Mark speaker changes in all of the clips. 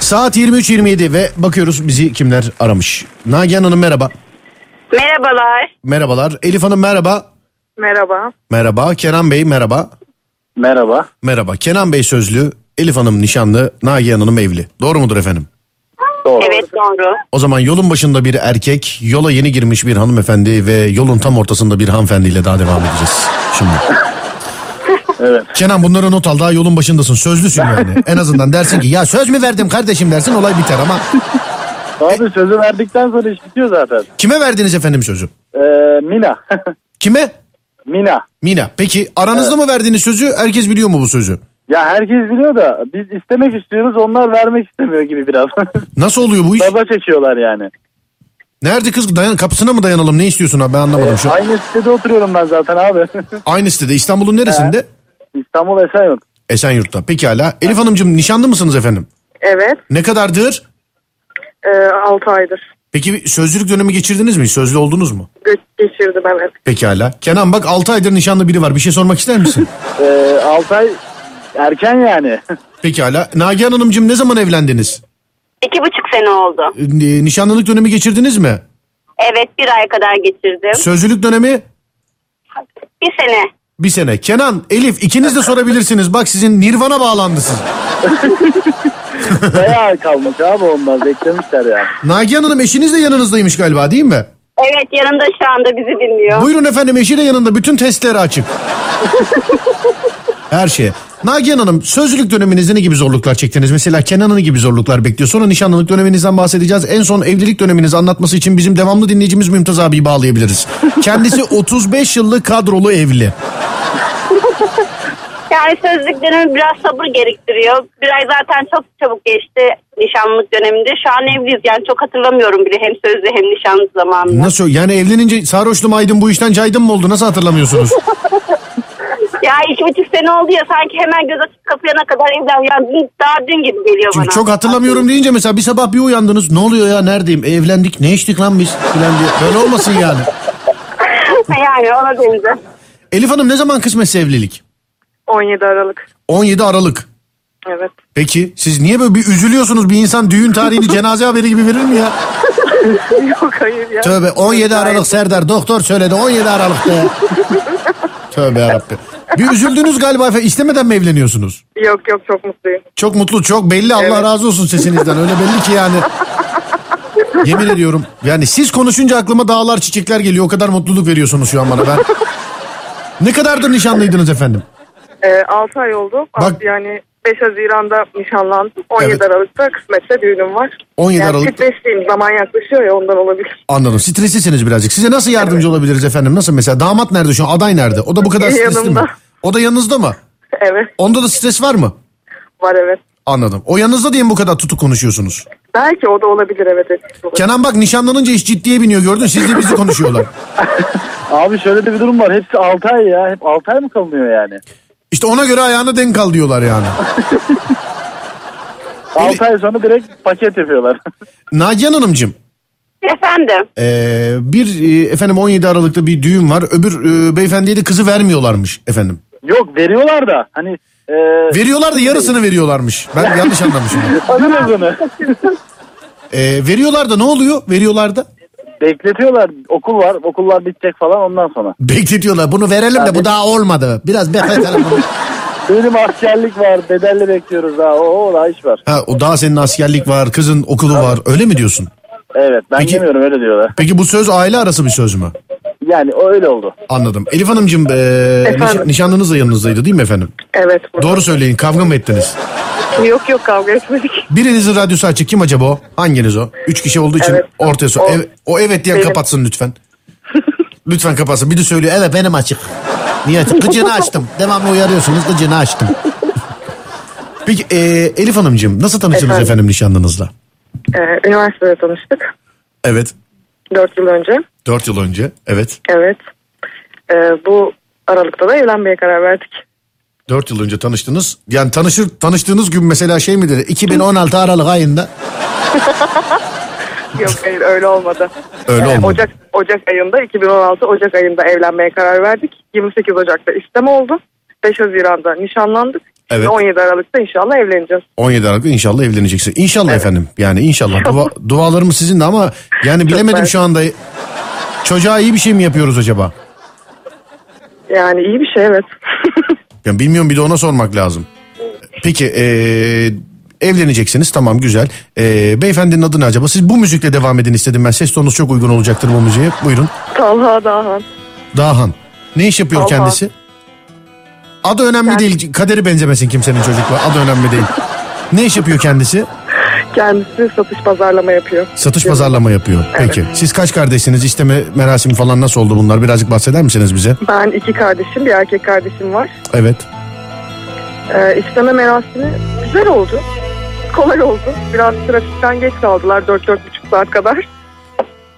Speaker 1: Saat 23.27 ve bakıyoruz bizi kimler aramış. Nagihan Hanım merhaba.
Speaker 2: Merhabalar.
Speaker 1: Merhabalar. Elif Hanım merhaba.
Speaker 2: Merhaba.
Speaker 1: Merhaba. Kenan Bey merhaba.
Speaker 3: Merhaba.
Speaker 1: Merhaba. Kenan Bey sözlü. Elif Hanım nişanlı. Nagihan Hanım evli. Doğru mudur efendim?
Speaker 3: Doğru.
Speaker 2: Evet doğru.
Speaker 1: O zaman yolun başında bir erkek, yola yeni girmiş bir hanımefendi ve yolun tam ortasında bir hanımefendiyle daha devam edeceğiz şimdi.
Speaker 3: Evet.
Speaker 1: Kenan bunları not al daha yolun başındasın sözlüsün yani. En azından dersin ki ya söz mü verdim kardeşim dersin olay biter ama
Speaker 3: Abi sözü verdikten sonra iş bitiyor zaten.
Speaker 1: kime verdiniz efendim sözü?
Speaker 3: Ee, Mina.
Speaker 1: Kime?
Speaker 3: Mina.
Speaker 1: Mina. Peki aranızda mı verdiğiniz sözü herkes biliyor mu bu sözü?
Speaker 3: Ya herkes biliyor da biz istemek istiyoruz onlar vermek istemiyor gibi biraz.
Speaker 1: Nasıl oluyor bu iş?
Speaker 3: Baba çekiyorlar yani.
Speaker 1: Nerede kız dayan kapısına mı dayanalım ne istiyorsun abi ben anlamadım şu.
Speaker 3: Aynı sitede oturuyorum ben zaten abi.
Speaker 1: Aynı sitede İstanbul'un neresinde?
Speaker 3: İstanbul Esenyurt.
Speaker 1: Esenyurt'ta. Pekala. Elif Hanımcığım nişanlı mısınız efendim?
Speaker 2: Evet.
Speaker 1: Ne kadardır?
Speaker 2: 6 aydır
Speaker 1: Peki bir sözlülük dönemi geçirdiniz mi? Sözlü oldunuz mu?
Speaker 2: Ge- geçirdim evet.
Speaker 1: Pekala. Kenan bak 6 aydır nişanlı biri var. Bir şey sormak ister misin?
Speaker 3: Ee, 6 ay erken yani.
Speaker 1: Pekala. Nagihan Hanımcığım ne zaman evlendiniz?
Speaker 2: İki buçuk sene oldu.
Speaker 1: E, Nişanlılık dönemi geçirdiniz mi?
Speaker 2: Evet bir ay kadar geçirdim.
Speaker 1: Sözlülük dönemi
Speaker 2: Bir sene.
Speaker 1: bir sene. Kenan, Elif ikiniz de sorabilirsiniz. Bak sizin Nirvana bağlandı siz.
Speaker 3: Bayağı kalmış abi onlar beklemişler yani.
Speaker 1: Nagihan Hanım eşiniz de yanınızdaymış galiba değil mi?
Speaker 2: Evet yanında şu anda bizi dinliyor.
Speaker 1: Buyurun efendim eşi de yanında. Bütün testleri açık. Her şeye. Nagihan Hanım sözlülük döneminizde ne gibi zorluklar çektiniz? Mesela Kenan'ın ne gibi zorluklar bekliyor? Sonra nişanlılık döneminizden bahsedeceğiz. En son evlilik döneminizi anlatması için bizim devamlı dinleyicimiz Mümtaz abiyi bağlayabiliriz. Kendisi 35 yıllık kadrolu evli.
Speaker 2: Yani sözlük dönemi biraz sabır gerektiriyor. Bir ay zaten çok çabuk geçti nişanlılık döneminde. Şu an evliyiz yani çok hatırlamıyorum bile hem sözlü hem nişanlı zamanını.
Speaker 1: Nasıl yani evlenince sarhoşlu maydın bu işten caydın mı oldu? Nasıl hatırlamıyorsunuz?
Speaker 2: Ya iki buçuk sene oldu ya sanki hemen göz açıp kapayana kadar evlen. Ya dün, daha dün gibi geliyor
Speaker 1: Çünkü
Speaker 2: bana.
Speaker 1: çok hatırlamıyorum deyince mesela bir sabah bir uyandınız. Ne oluyor ya neredeyim? E, evlendik ne içtik lan biz? Falan diye. Böyle olmasın yani.
Speaker 2: yani ona benzer.
Speaker 1: Elif Hanım ne zaman kısmetse evlilik?
Speaker 4: 17 Aralık.
Speaker 1: 17 Aralık.
Speaker 4: Evet.
Speaker 1: Peki siz niye böyle bir üzülüyorsunuz bir insan düğün tarihini cenaze haberi gibi verir mi ya?
Speaker 4: Yok hayır ya.
Speaker 1: Tövbe 17 Aralık Serdar doktor söyledi 17 Aralık'ta ya. Tövbe yarabbim. Bir üzüldünüz galiba efendim istemeden mi evleniyorsunuz?
Speaker 4: Yok yok çok mutluyum.
Speaker 1: Çok mutlu çok belli Allah
Speaker 4: Evet.
Speaker 1: razı olsun sesinizden öyle belli ki yani. Yemin ediyorum yani siz konuşunca aklıma dağlar çiçekler geliyor o kadar mutluluk veriyorsunuz şu an bana ben. Ne kadardır nişanlıydınız efendim?
Speaker 4: Ee, 6 ay oldu.
Speaker 1: Bak-
Speaker 4: Yani 5 Haziran'da nişanlandım. 17
Speaker 1: Evet.
Speaker 4: Aralık'ta kısmetse düğünüm var.
Speaker 1: 17
Speaker 4: yani
Speaker 1: Aralık'ta.
Speaker 4: Stresliyim. Zaman yaklaşıyor ya ondan olabilir.
Speaker 1: Anladım. Streslisiniz birazcık. Size nasıl yardımcı olabiliriz efendim? Nasıl mesela damat nerede şu an? Aday nerede? O da bu kadar stresli mi?
Speaker 4: Yanımda.
Speaker 1: O da yanınızda mı?
Speaker 4: evet.
Speaker 1: Onda da stres var mı?
Speaker 4: Var evet.
Speaker 1: Anladım. O yanınızda diye mi bu kadar tutuk konuşuyorsunuz?
Speaker 4: Belki o da olabilir evet. etkisi olabilir.
Speaker 1: Kenan bak nişanlanınca iş ciddiye biniyor gördün. Siz de bizi konuşuyorlar.
Speaker 3: Abi şöyle de bir durum var hepsi 6 ay ya. Hep 6 ay mı kalınıyor yani?
Speaker 1: İşte ona göre ayağına denk al diyorlar yani.
Speaker 3: 6 ay sonra direkt paket yapıyorlar.
Speaker 1: Nagihan Hanımcığım.
Speaker 2: Efendim.
Speaker 1: ee, bir e, efendim 17 Aralık'ta bir düğün var. Öbür e, beyefendiye de kızı vermiyorlarmış efendim.
Speaker 3: Yok veriyorlar da hani e,
Speaker 1: Veriyorlar da yarısını veriyorlarlar. Ben yanlış anlamışım.
Speaker 3: alıyoruz onu.
Speaker 1: Ee, veriyorlar da ne oluyor? Veriyorlar da.
Speaker 3: Bekletiyorlar. Okul var. Okullar bitecek falan ondan sonra.
Speaker 1: Bekletiyorlar. Bunu verelim de bu daha olmadı. Biraz bekletelim bunu.
Speaker 3: Benim askerlik var. Bedelli bekliyoruz daha. Oo daha iş var.
Speaker 1: Ha, o daha senin askerlik var, kızın okulu var. Öyle mi diyorsun?
Speaker 3: Evet ben
Speaker 1: Peki-
Speaker 3: yemiyorum öyle diyorlar.
Speaker 1: Peki bu söz aile arası bir söz mü?
Speaker 3: Yani o öyle oldu.
Speaker 1: Anladım. Elif Hanımcığım e, niş- nişanlınız da yanınızdaydı değil mi efendim?
Speaker 4: Evet.
Speaker 1: Doğru söyleyin kavga mı ettiniz?
Speaker 4: Yok yok kavga etmedik.
Speaker 1: Birinizin radyosu açık kim acaba o? Hanginiz o? Üç kişi olduğu için
Speaker 4: Evet.
Speaker 1: ortaya sor.
Speaker 4: O-
Speaker 1: Ev- o evet diyen
Speaker 4: Benim.
Speaker 1: kapatsın lütfen. lütfen kapatsın. Bir de söylüyor evet benim açık. Niye açık? Gıcını açtım. Devamlı uyarıyorsunuz gıcını açtım. Peki e, Elif Hanımcığım nasıl tanıştınız
Speaker 4: Efendim?
Speaker 1: efendim nişanlınızla?
Speaker 4: Ee, üniversitede tanıştık.
Speaker 1: Evet.
Speaker 4: 4 yıl önce.
Speaker 1: Dört yıl önce. Evet.
Speaker 4: Evet. Ee, bu Aralık'ta da evlenmeye karar verdik.
Speaker 1: Dört yıl önce tanıştınız. Yani tanışır tanıştığınız gün mesela şey mi dedi? 2016 Aralık ayında.
Speaker 4: Yok hayır öyle olmadı.
Speaker 1: Öyle
Speaker 4: Ee,
Speaker 1: olmadı.
Speaker 4: Ocak, Ocak ayında 2016 Ocak ayında evlenmeye karar verdik. 28 Ocak'ta istem oldu. 5 Haziran'da nişanlandık.
Speaker 1: Evet.
Speaker 4: 17 Aralık'ta inşallah evleneceğiz.
Speaker 1: 17 Aralık'ta inşallah evleneceksin. İnşallah efendim. Yani inşallah. Dua, dualarım sizin de ama yani bilemedim
Speaker 4: ben-
Speaker 1: şu anda. Çocuğa iyi bir şey mi yapıyoruz acaba?
Speaker 4: Yani iyi bir şey evet.
Speaker 1: Ya bilmiyorum bir de ona sormak lazım. Peki eee, evleneceksiniz tamam güzel. Eee, beyefendinin adı ne acaba? Siz bu müzikle devam edin istedim ben. Ses tonunuz çok uygun olacaktır bu müziğe. Buyurun.
Speaker 4: Talha Dahan.
Speaker 1: Dahan. Ne iş yapıyor
Speaker 4: Allah.
Speaker 1: kendisi? Adı önemli
Speaker 4: Yani-
Speaker 1: değil. Kaderi benzemesin kimsenin çocukla. Adı önemli değil. Ne iş yapıyor kendisi?
Speaker 4: Kendisi satış pazarlama yapıyor.
Speaker 1: Satış pazarlama yapıyor. Peki. Siz kaç kardeşsiniz? İsteme merasimi falan nasıl oldu bunlar? Birazcık bahseder misiniz bize?
Speaker 4: Ben iki kardeşim, bir erkek kardeşim var.
Speaker 1: Evet.
Speaker 4: Ee, isteme merasimi güzel oldu. Kolay oldu. Biraz trafikten geç kaldılar 4-4,5 saat kadar.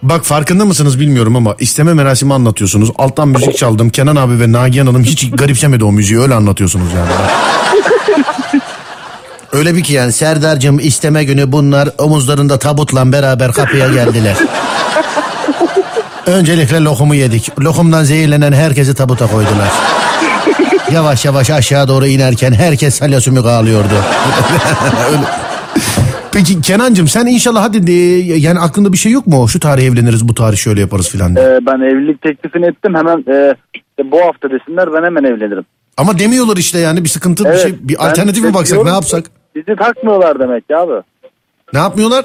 Speaker 1: Bak farkında mısınız bilmiyorum ama isteme merasimi anlatıyorsunuz. Alttan müzik çaldım. Kenan abi ve Nagihan Hanım hiç garipsemedi o müziği. Öyle anlatıyorsunuz yani. Öyle bir ki yani Serdar'cığım isteme günü bunlar omuzlarında tabutla beraber kapıya geldiler. Öncelikle lokumu yedik. Lokumdan zehirlenen herkesi tabuta koydular. Yavaş yavaş aşağı doğru inerken herkes salyasümük ağlıyordu. Peki Kenancığım sen inşallah hadi de, yani aklında bir şey yok mu? Şu tarih evleniriz bu tarih şöyle yaparız filan diye.
Speaker 3: Ee, ben evlilik teklifini ettim hemen e, işte bu hafta desinler ben hemen evlenirim.
Speaker 1: Ama demiyorlar işte yani bir sıkıntı bir
Speaker 3: Evet,
Speaker 1: şey bir
Speaker 3: ben
Speaker 1: alternatif mi baksak ne
Speaker 3: bekliyorum.
Speaker 1: yapsak?
Speaker 3: Bizi takmıyorlar demek ki abi.
Speaker 1: Ne yapmıyorlar?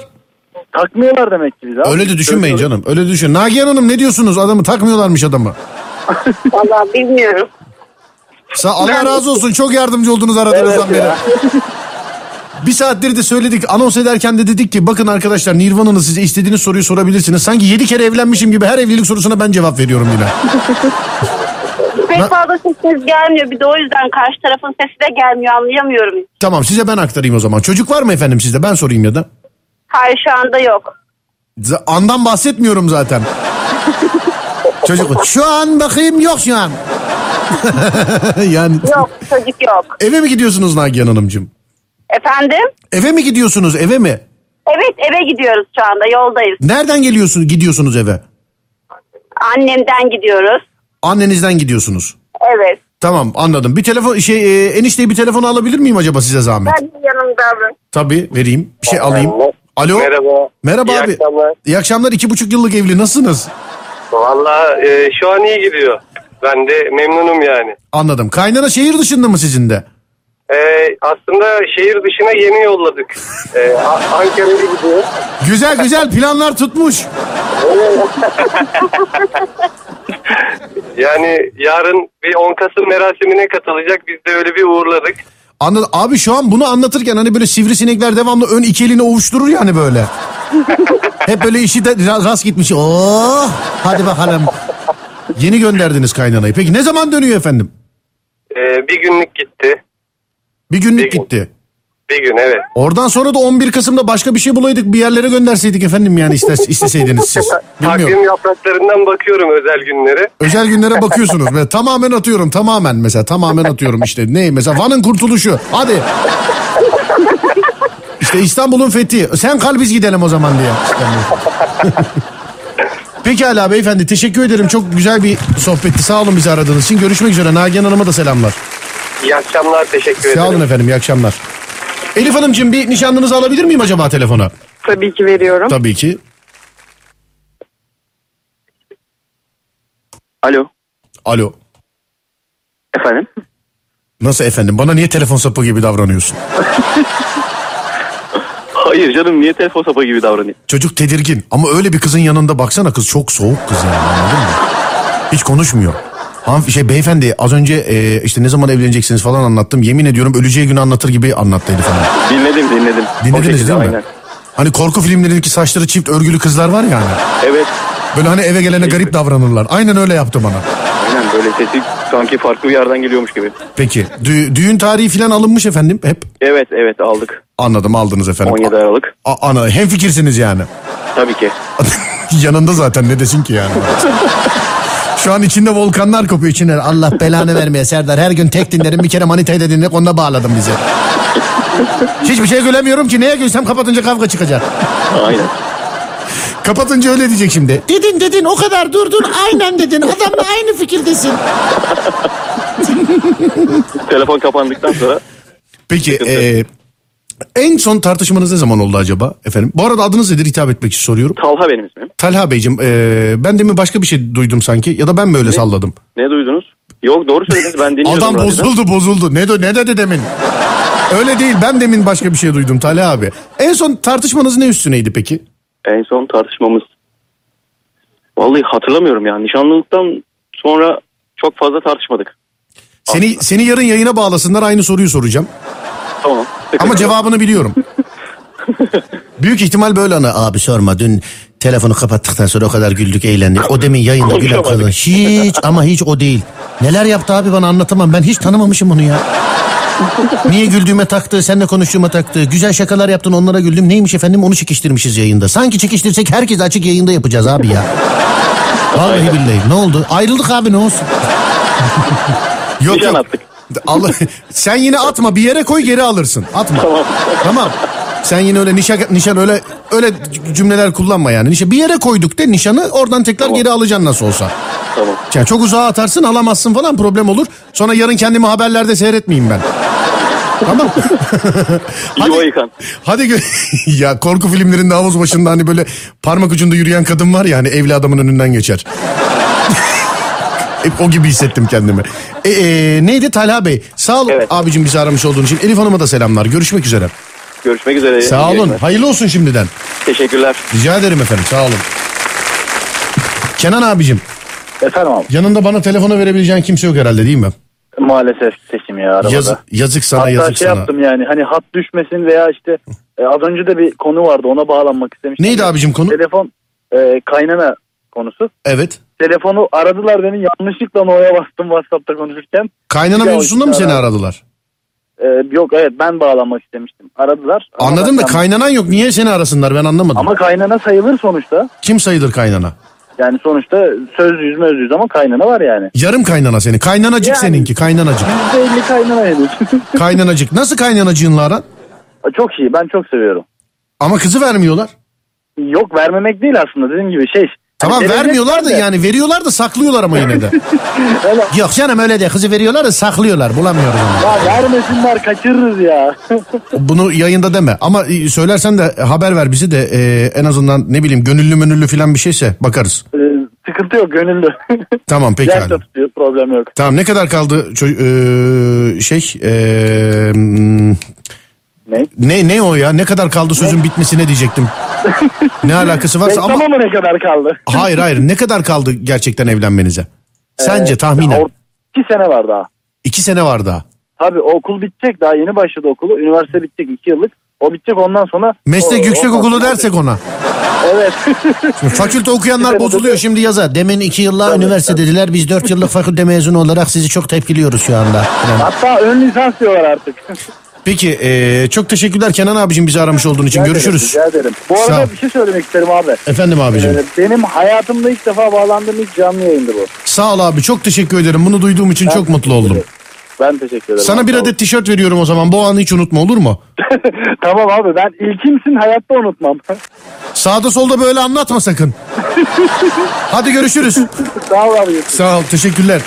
Speaker 3: Takmıyorlar demek ki bizi abi.
Speaker 1: Öyle de düşünmeyin canım. Öyle de düşün. Nagihan Hanım ne diyorsunuz? Adamı takmıyorlarmış adamı.
Speaker 2: Vallahi bilmiyorum.
Speaker 1: Sa Allah razı olsun. Çok yardımcı oldunuz aradığınızdan
Speaker 3: Evet
Speaker 1: beri.
Speaker 3: ya.
Speaker 1: Bir saattir de söyledik. Anons ederken de dedik ki bakın arkadaşlar Nirvana'nın size istediğiniz soruyu sorabilirsiniz. Sanki yedi kere evlenmişim gibi her evlilik sorusuna ben cevap veriyorum yine.
Speaker 2: Pek fazla sesiniz gelmiyor. Bir de o yüzden karşı tarafın sesi de gelmiyor. Anlayamıyorum.
Speaker 1: tamam size ben aktarayım o zaman. Çocuk var mı efendim sizde? Ben sorayım ya da.
Speaker 2: Hayır şu anda yok.
Speaker 1: Z- Andan bahsetmiyorum zaten. Çocuk şu an bakayım yok şu an. yani
Speaker 2: Yok çocuk yok.
Speaker 1: eve mi gidiyorsunuz Nagihan Hanımcığım?
Speaker 2: Efendim?
Speaker 1: Eve mi gidiyorsunuz eve mi?
Speaker 2: Evet eve gidiyoruz şu anda yoldayız.
Speaker 1: Nereden geliyorsunuz gidiyorsunuz eve?
Speaker 2: Annemden gidiyoruz.
Speaker 1: Annenizden gidiyorsunuz.
Speaker 2: Evet.
Speaker 1: Tamam anladım. Bir telefon şey e, enişteyi bir telefon alabilir miyim acaba size zahmet?
Speaker 2: Hadi yanımda.
Speaker 1: Tabii vereyim. Bir şey alayım. Alo.
Speaker 5: Merhaba.
Speaker 1: Merhaba
Speaker 5: İyi
Speaker 1: abi.
Speaker 5: akşamlar.
Speaker 1: İyi akşamlar. iki buçuk yıllık evli. Nasılsınız?
Speaker 5: Valla e, şu an iyi gidiyor. Ben de memnunum yani.
Speaker 1: Anladım. Kaynana şehir dışında mı sizin de?
Speaker 5: E, aslında şehir dışına yeni yolladık. E, A- Ankara'ya gidiyor.
Speaker 1: Güzel güzel planlar tutmuş.
Speaker 5: Yani yarın bir 10 Kasım merasimine katılacak. Biz de öyle bir uğurladık.
Speaker 1: Anladım. Abi şu an bunu anlatırken hani böyle sivrisinekler devamlı ön iki elini ovuşturur yani böyle. Hep böyle işi de ra- rast gitmiş. Oo, hadi bakalım. Yeni gönderdiniz kaynanayı. Peki ne zaman dönüyor efendim?
Speaker 5: E, bir günlük gitti.
Speaker 1: Bir günlük
Speaker 5: Bir gün.
Speaker 1: gitti.
Speaker 5: Bir gün evet.
Speaker 1: Oradan sonra da 11 Kasım'da başka bir şey bulaydık bir yerlere gönderseydik efendim yani ister, isteseydiniz siz. Bilmiyorum.
Speaker 5: Takvim yapraklarından bakıyorum özel günlere.
Speaker 1: Özel günlere bakıyorsunuz. Ve tamamen atıyorum tamamen mesela tamamen atıyorum işte. Ne mesela Van'ın kurtuluşu hadi. İşte İstanbul'un fethi. Sen kal biz gidelim o zaman diye. Pekala beyefendi teşekkür ederim. Çok güzel bir sohbetti. Sağ olun bizi aradığınız için. Görüşmek üzere. Nagihan Hanım'a da selamlar.
Speaker 5: İyi akşamlar. Teşekkür ederim.
Speaker 1: Sağ olun efendim. iyi akşamlar. Elif Hanımcığım bir nişanlınızı alabilir miyim acaba telefona?
Speaker 4: Tabii ki veriyorum.
Speaker 1: Tabii ki.
Speaker 3: Alo
Speaker 1: Alo.
Speaker 3: efendim.
Speaker 1: Nasıl efendim? Bana niye telefon sapı gibi davranıyorsun?
Speaker 3: Hayır canım niye telefon sapa gibi davranıyor?
Speaker 1: Çocuk tedirgin ama öyle bir kızın yanında baksana kız çok soğuk kız yani anladın mı? Hiç konuşmuyor. Hanım, şey beyefendi az önce e, işte ne zaman evleneceksiniz falan anlattım. Yemin ediyorum öleceği günü anlatır gibi anlattı Elif Hanım.
Speaker 3: Dinledim dinledim. O
Speaker 1: Dinlediniz
Speaker 3: şekilde,
Speaker 1: değil mi?
Speaker 3: aynen.
Speaker 1: Hani korku filmlerindeki saçları çift örgülü kızlar var ya hani.
Speaker 3: Evet
Speaker 1: Böyle hani eve gelene garip davranırlar. Aynen öyle yaptı bana.
Speaker 3: aynen böyle sesi sanki farklı bir yerden geliyormuş gibi.
Speaker 1: Peki dü- düğün tarihi falan alınmış efendim hep.
Speaker 3: Evet evet aldık
Speaker 1: Anladım aldınız efendim.
Speaker 3: 17 Aralık
Speaker 1: A- ana hem fikirsiniz yani.
Speaker 3: tabii ki.
Speaker 1: Yanında zaten ne desin ki yani. Şu an içinde volkanlar kopuyor içinde. Allah belanı vermeye Serdar. Her gün tek dinlerim. Bir kere manitayı da dinledik. Onda bağladım bizi. Hiçbir şey gülemiyorum ki. Neye gülsem kapatınca kavga çıkacak.
Speaker 3: Aynen.
Speaker 1: Kapatınca öyle diyecek şimdi. Dedin dedin o kadar durdun. Aynen dedin. Adamla aynı fikirdesin.
Speaker 3: Telefon kapandıktan sonra
Speaker 1: Peki e, en son tartışmanız ne zaman oldu acaba efendim? Bu arada adınız nedir hitap etmek için soruyorum.
Speaker 6: Talha benim ismim.
Speaker 1: Talha Beyciğim e, ben demin başka bir şey duydum sanki ya da ben mi öyle salladım?
Speaker 6: Ne duydunuz? Yok doğru söylediniz ben dinliyordum.
Speaker 1: Adam
Speaker 6: radyodan.
Speaker 1: bozuldu bozuldu. Ne, de- ne dedi demin? Öyle değil ben demin başka bir şey duydum Talha abi. En son tartışmanız ne üstüneydi peki?
Speaker 6: En son tartışmamız. Vallahi hatırlamıyorum ya. Nişanlılıktan sonra çok fazla tartışmadık.
Speaker 1: Seni seni yarın yayına bağlasınlar aynı soruyu soracağım.
Speaker 6: Tamam.
Speaker 1: Ama cevabını biliyorum. Büyük ihtimal böyle ana abi sorma dün telefonu kapattıktan sonra o kadar güldük eğlendik. O demin yayında gülen kadın hiç ama hiç o değil. Neler yaptı abi bana anlatamam ben hiç tanımamışım onu ya. Niye güldüğüme taktı, seninle konuştuğuma taktı. Güzel şakalar yaptın onlara güldüm. Neymiş efendim onu çekiştirmişiz yayında. Sanki çekiştirsek herkes açık yayında yapacağız abi ya. Vallahi billahi ne oldu? Ayrıldık abi ne olsun? yok
Speaker 6: Nişan
Speaker 1: yok.
Speaker 6: attık.
Speaker 1: Allah, sen yine atma bir yere koy geri alırsın. Atma. Tamam. Sen yine öyle nişan, nişan öyle öyle cümleler kullanma yani. Nişan bir yere koyduk de nişanı oradan tekrar geri alacaksın nasıl olsa.
Speaker 6: Tamam.
Speaker 1: Yani çok uzağa atarsın alamazsın falan problem olur. Sonra yarın kendimi haberlerde seyretmeyeyim ben. tamam.
Speaker 6: Yuva yıkan.
Speaker 1: Hadi gö- ya korku filmlerinde havuz başında hani böyle parmak ucunda yürüyen kadın var ya hani evli adamın önünden geçer. Hep o gibi hissettim kendimi. E, e, neydi Talha Bey? Sağ olun
Speaker 6: Evet.
Speaker 1: abicim bizi aramış olduğun için. Elif Hanım'a da selamlar. Görüşmek üzere.
Speaker 6: Görüşmek üzere.
Speaker 1: Sağ
Speaker 6: İyi
Speaker 1: olun.
Speaker 6: Ee, yayınlar.
Speaker 1: Hayırlı olsun şimdiden.
Speaker 6: Teşekkürler.
Speaker 1: Rica ederim efendim. Sağ olun. Kenan abicim
Speaker 3: Efendim abi.
Speaker 1: yanında bana telefonu verebileceğin kimse yok herhalde değil mi?
Speaker 3: Maalesef seçim ya arabada.
Speaker 1: Yazık, yazık sana
Speaker 3: Hatta
Speaker 1: yazık
Speaker 3: şey
Speaker 1: sana.
Speaker 3: yaptım yani hani hat düşmesin veya işte e, az önce de bir konu vardı ona bağlanmak istemiştim.
Speaker 1: Neydi abicim konu?
Speaker 3: Telefon e, kaynana konusu.
Speaker 1: Evet.
Speaker 3: Telefonu aradılar beni yanlışlıkla oraya bastım WhatsApp'ta konuşurken.
Speaker 1: Kaynana
Speaker 3: Ya,
Speaker 1: mevzusunda mı
Speaker 3: işte
Speaker 1: seni
Speaker 3: ara-
Speaker 1: aradılar?
Speaker 3: E, yok evet ben bağlanmak istemiştim. Aradılar. Ama
Speaker 1: Anladım da
Speaker 3: ben-
Speaker 1: kaynanan yok. Niye seni arasınlar ben anlamadım.
Speaker 3: Ama kaynana sayılır sonuçta.
Speaker 1: Kim sayılır kaynana?
Speaker 3: Yani sonuçta söz yüz öz yüz ama kaynana var yani.
Speaker 1: Yarım kaynana seni. Kaynanacık
Speaker 3: Yani.
Speaker 1: seninki. Kaynanacık.
Speaker 3: %50 kaynana henüz.
Speaker 1: kaynanacık. Nasıl kaynanacığınla aran?
Speaker 3: çok iyi ben çok seviyorum.
Speaker 1: Ama kızı
Speaker 3: Hani
Speaker 1: vermiyorlar.
Speaker 3: Yok vermemek değil aslında dediğim gibi şey.
Speaker 1: Tamam
Speaker 3: Hani
Speaker 1: vermiyorlar da
Speaker 3: verecekler de.
Speaker 1: yani veriyorlar da saklıyorlar ama yine de.
Speaker 3: Öyle-
Speaker 1: Yok canım öyle de kızı veriyorlar da saklıyorlar bulamıyoruz onu.
Speaker 3: Ya vermesinler kaçırırız ya.
Speaker 1: Bunu yayında deme ama e, söylersen de haber ver bizi de e, en azından ne bileyim gönüllü mönüllü falan bir şeyse bakarız.
Speaker 3: Ee, Sıkıntı yok gönüllü.
Speaker 1: Tamam peki.
Speaker 3: Gerçi tutuyor problem yok.
Speaker 1: Tamam ne kadar kaldı ço- e, şey e, hmm,
Speaker 3: Ne?
Speaker 1: ne ne o ya ne kadar kaldı sözün bitmesine diyecektim. ne alakası varsa ama
Speaker 3: Ama... mı ne kadar kaldı?
Speaker 1: hayır hayır ne kadar kaldı gerçekten evlenmenize? Sence tahminen
Speaker 3: Ee, Or- iki sene var daha.
Speaker 1: iki sene var daha.
Speaker 3: Tabii okul bitecek daha yeni başladı okulu. Üniversite bitecek iki yıllık. O bitecek ondan sonra.
Speaker 1: Meslek
Speaker 3: o-
Speaker 1: yüksek
Speaker 3: ondan
Speaker 1: okulu
Speaker 3: sonra-
Speaker 1: dersek ona.
Speaker 3: Evet.
Speaker 1: Şimdi fakülte okuyanlar bozuluyor şimdi yaza. Demin iki yıllık üniversite dediler. Biz dört yıllık fakülte mezunu olarak sizi çok tepkiliyoruz şu anda.
Speaker 3: Hatta ön lisans diyorlar artık.
Speaker 1: Peki eee, çok teşekkürler Kenan abicim bizi aramış olduğun için. Görüşürüz.
Speaker 3: Rica ederim. Bu
Speaker 1: Sağ
Speaker 3: arada
Speaker 1: ol.
Speaker 3: bir şey söylemek isterim abi.
Speaker 1: Efendim abicim.
Speaker 3: Ee, Benim hayatımda ilk defa bağlandığım ilk canlı yayındı bu.
Speaker 1: Sağ ol abi çok teşekkür ederim. Bunu duyduğum için
Speaker 3: Ben
Speaker 1: çok mutlu
Speaker 3: teşekkür
Speaker 1: oldum.
Speaker 3: ederim. Ben teşekkür ederim.
Speaker 1: Sana bir
Speaker 3: Sağ ol.
Speaker 1: adet tişört veriyorum o zaman. Bu anı hiç unutma olur mu?
Speaker 3: tamam abi ben ilkimsin hayatta unutmam.
Speaker 1: Sağda solda böyle anlatma sakın. Hadi görüşürüz.
Speaker 3: Sağ ol abi.
Speaker 1: Sağ ol teşekkürler.